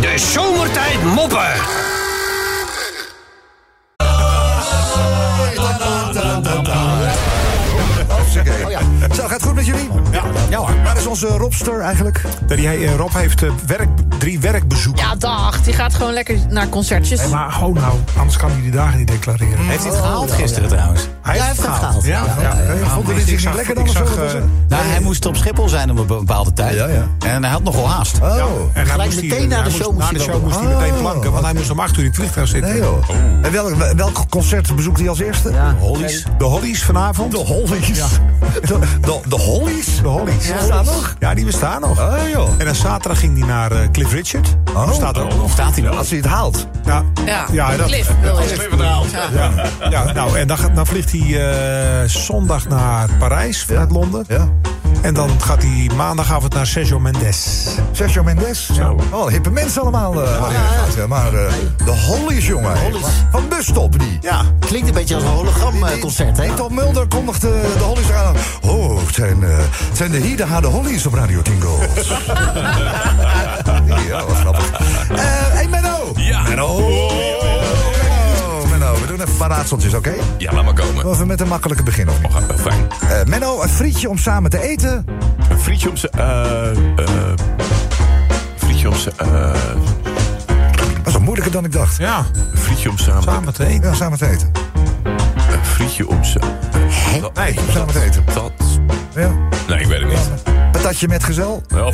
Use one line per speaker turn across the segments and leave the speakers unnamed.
De zomertijd moppen.
Oké. Zo, gaat goed met jullie? Ja. hoor. Waar is onze Robster eigenlijk?
Die, hij, eh, Rob heeft eh, werk, drie werkbezoeken.
Ja, dag. Die gaat gewoon lekker naar concertjes.
Maar gewoon nou, anders kan hij die dagen niet declareren.
Mm.
Heeft hij het gehaald gisteren trouwens?
Hij
heeft het gehaald.
Oh, Ja, ja, ja.
Hey, vond de
ik
rit zich niet
zag-
lekker
ik
dan of zo?
zag,
Wat was
eh,
het?
Nou, hij moest op Schiphol zijn op een bepaald tijd.
Ja, ja.
En hij had nogal haast.
Oh.
en hij
Gelijk
moest
meteen
hier-
na de
hij
show moest
na
hij Oh.
de
wel.
show moest hij meteen planken. Want hij moest om acht uur in het vliegtuig zitten.
Nee joh. En welk, welk concert bezoekt hij als eerste?
Hollies.
De Hollies vanavond.
De Hollies. De, de, de Hollies?
De Hollies.
Bestaan nog?
Ja, die bestaan nog.
Oh joh.
En dan zaterdag ging hij naar eh, Cliff Richard.
Oh.
Oh. Staat er ook nog.
Staat hij wel?
Als hij het haalt.
Ja,
Ja,
ja, dat,
Cliff Oh, wil je.
ja, ja, nou, en dan, gaat- dan vliegt hij eh, zondag naar Parijs vanuit Londen.
Ja.
En dan gaat hij maandagavond naar Sergio Mendes.
Sergio Mendes. Oh, hippe mensen allemaal. eh, waar je gaat, hè. Maar eh, de Hollies, jongen. Van busstop niet.
Ja.
Klinkt een beetje als een hologramconcert, hè?
Hey, Tom Mulder kondigde de Hollies aan. Oh, het zijn, eh, het zijn de hier de harde Hollies op Radio Tingo. ja, wat grappig. Eh, hey Menno.
Ja.
Menno. Menno, Menno. We doen even een paar raadseltjes, oké?
Ja, laat maar komen.
Even met een makkelijke begin of niet?
Oh, eh, fijn.
Eh, Menno, een frietje om samen te eten.
Een frietje op zijn... eh eh, frietje op zijn... eh
Dat is wat moeilijker dan ik dacht.
Ja,
een frietje om samen...
samen te eten.
Ja, samen te eten.
Een frietje om zijn...
Nee, samen te eten.
Dat...
Ja.
Nee, ik weet het niet.
Patatje met gezel.
Oh,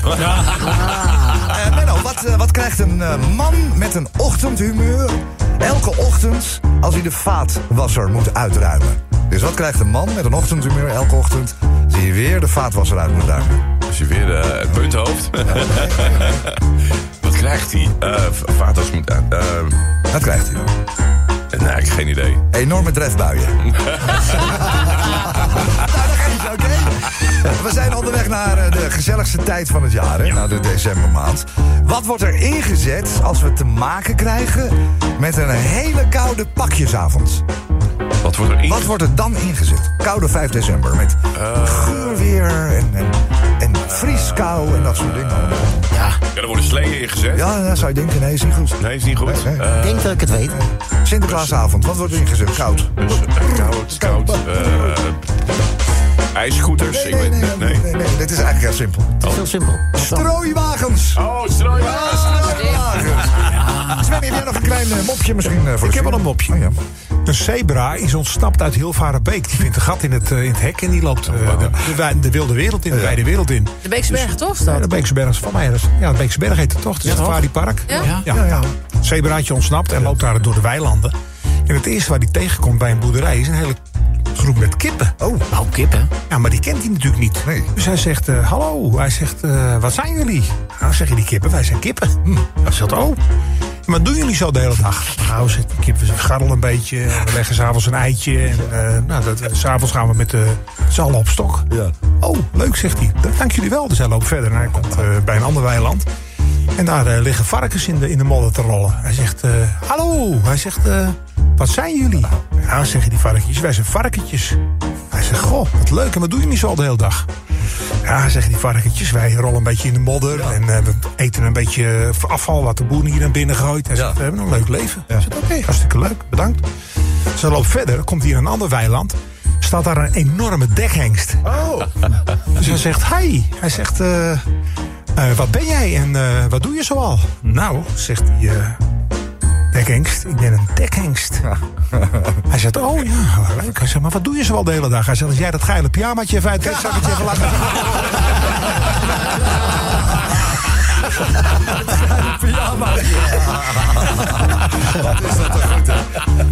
Eh, Menno, wat, eh, wat krijgt een eh, man met een ochtendhumeur elke ochtend als hij de vaatwasser moet uitruimen? Dus wat krijgt een man met een ochtendhumeur elke ochtend als hij weer de vaatwasser uit moet ruimen?
Als je weer eh, het punthoofd. Wat krijgt hij? Eh, v- vaders moet aan. eh,
Dat krijgt hij.
nee, ik heb geen idee.
Enorme drefbuien. nou, dat gaat niet, oké? We zijn onderweg naar eh, de gezelligste tijd van het jaar, hè? Nou, de decembermaand. Wat wordt er ingezet als we te maken krijgen met een hele koude pakjesavond?
Wat wordt er in?
Wat wordt er dan ingezet? Koude 5 december met geurweer en, en, en vrieskou en dat soort dingen. allemaal.
Ja, er worden sleeën ingezet.
Ja, ja, zou je denken, nee, is niet goed.
Nee, is niet goed.
Nee, nee.
Eh,
Ik denk dat ik het weet.
Sinterklaasavond, wat wordt er ingezet? Koud.
dus, eh, koud, koud. eh, ijsscooters.
Nee, nee, nee,
ik weet,
nee, nee, nee, dit is eigenlijk heel simpel.
Het is heel simpel. Wat dan?
Strooiwagens!
Oh, strooi.
Strooiwagens! Sven, heb jij nog een klein eh, mopje misschien eh, voor
Ik
de
heb
Sven?
wel een mopje.
Oh, ja.
Een zebra is ontsnapt uit Hilvarenbeek. Die vindt een gat in het, eh, in het hek en die loopt
Oh,
eh, de, de wij- de wilde wereld in, de wijde wereld in.
De Beeksberg, toch? is dat?
Ja, de Beekse Berg is van mij. dat is- Ja, de Beekse Berg heet het toch? Het is een safaripark.
Ja?
Ja. Ja, Het zebraatje ontsnapt en loopt daar door de weilanden. En het eerste waar hij tegenkomt bij een boerderij is een hele groep met kippen.
Oh,
Nou, kip, hè?
Ja, maar die kent hij natuurlijk niet.
Nee.
Dus hij zegt, eh, hallo. Hij zegt, eh, wat zijn jullie? Nou, zeggen die kippen, wij zijn kippen. Hm. Hij zegt, oh. En Wat doen jullie zo de hele dag? Nou, zegt die kippen, we scharrelen een beetje. en We leggen s'avonds een eitje. En eh, nou, dat- eh, s'avonds gaan we met de z'n allen op stok.
Ja.
Oh, leuk, zegt hij. "D- Dank jullie wel. Dus hij loopt verder en hij komt eh, bij een ander weiland. En daar eh, liggen varkens in de, in de modder te rollen. Hij zegt, eh, hallo. Hij zegt, eh, wat zijn jullie? Nou, zeggen die varkentjes, wij zijn varkentjes. Hij zegt, goh, wat leuk. En wat doen jullie zo de hele dag? Ja, zeggen die varkentjes, wij rollen een beetje in de modder. En eh, we eten een beetje eh, afval wat de boer hier naar binnen gooit. Hij zegt, we hebben een leuk leven. Hij zegt, oké, hartstikke leuk, bedankt. Ze loopt verder, komt hier een ander weiland. Staat daar een enorme dekhengst.
oh.
Dus hij zegt, hi. Hij zegt, eh, eh, wat ben jij en eh, wat doe je zoal? Nou, zegt die eh, dekhengst, ik ben een dekhengst. Hij zegt, oh ja, leuk. Hij zegt, maar wat doe je zoal de hele dag? Hij zegt, als jij dat geile pyjamaatje even uit het zakje even laat...
Wat is dat toch goed, hè?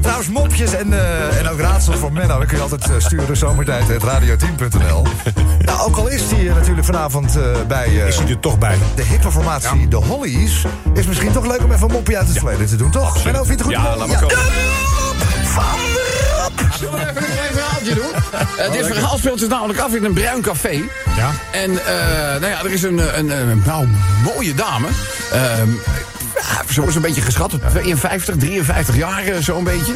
Trouwens, mopjes en, eh, en ook raadsels voor Menno... dat kun je altijd eh, sturen zomertijd.radio10.nl. Nou, ook al is die eh, natuurlijk vanavond eh, bij eh,
Is hij er toch bij?
de hippe formatie de Hollies... is misschien toch leuk om even een mopje uit het verleden te doen, toch? Menno, vind je het goed?
Ja, laat maar komen.
Even een verhaaltje doen. Eh, dit verhaal speelt zich namelijk af in een bruin café.
Ja.
En eh, nou ja, er is een, eh, een, eh, nou, mooie dame. Ehm, ja, zo is een beetje geschat, 52, 53 jaar eh, zo'n beetje.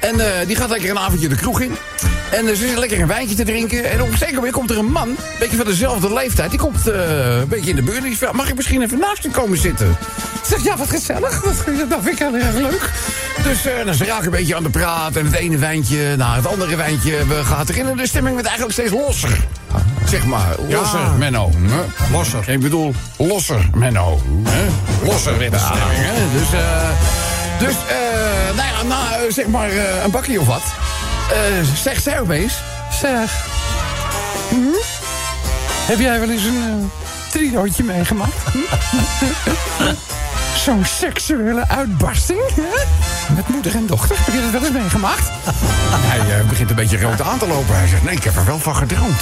En eh, die gaat lekker een avondje de kroeg in. En eh, ze zit lekker een wijntje te drinken. En op een zeker moment komt er een man, een beetje van dezelfde leeftijd. Die komt eh, een beetje in de buurt. En die vraagt, mag ik misschien even naast u komen zitten? zeg, ja, wat gezellig. Dat, dat vind ik heel erg leuk. Dus eh, nou, ze raken een beetje aan de praat. En het ene wijntje na het andere wijntje we gaat erin. En de stemming werd eigenlijk steeds losser. Zeg maar, losser, Menno. hè?
Losser.
Ik bedoel, losser, Menno. hè? Losser werd de stemming, hè? Dus, eh, dus eh, nou ja, na eh, zeg maar eh, een bakje of wat... eh, zegt zij opeens... Zeg, hm? heb jij wel eens een eh, triootje meegemaakt? Zo'n seksuele uitbarsting. Hè? Met moeder en dochter. Heb je dat wel eens meegemaakt? Hij eh, begint een beetje rood aan te lopen. Hij zegt, nee, ik heb er wel van gedroomd.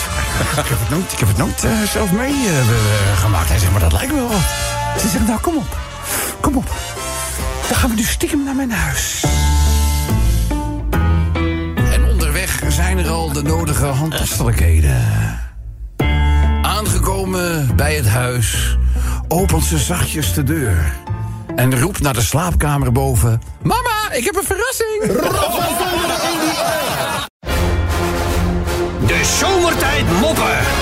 ik heb het nooit, ik heb het nooit eh, zelf meegemaakt. Hij zegt, maar dat lijkt me wel wat. Ze zegt, nou, kom op. Kom op. Dan gaan we nu stiekem naar mijn huis. En onderweg zijn er al de nodige handtastelijkheden. Aangekomen bij het huis, opent ze zachtjes de deur. En roept naar de slaapkamer boven: Mama, ik heb een verrassing!
De zomertijd moppen.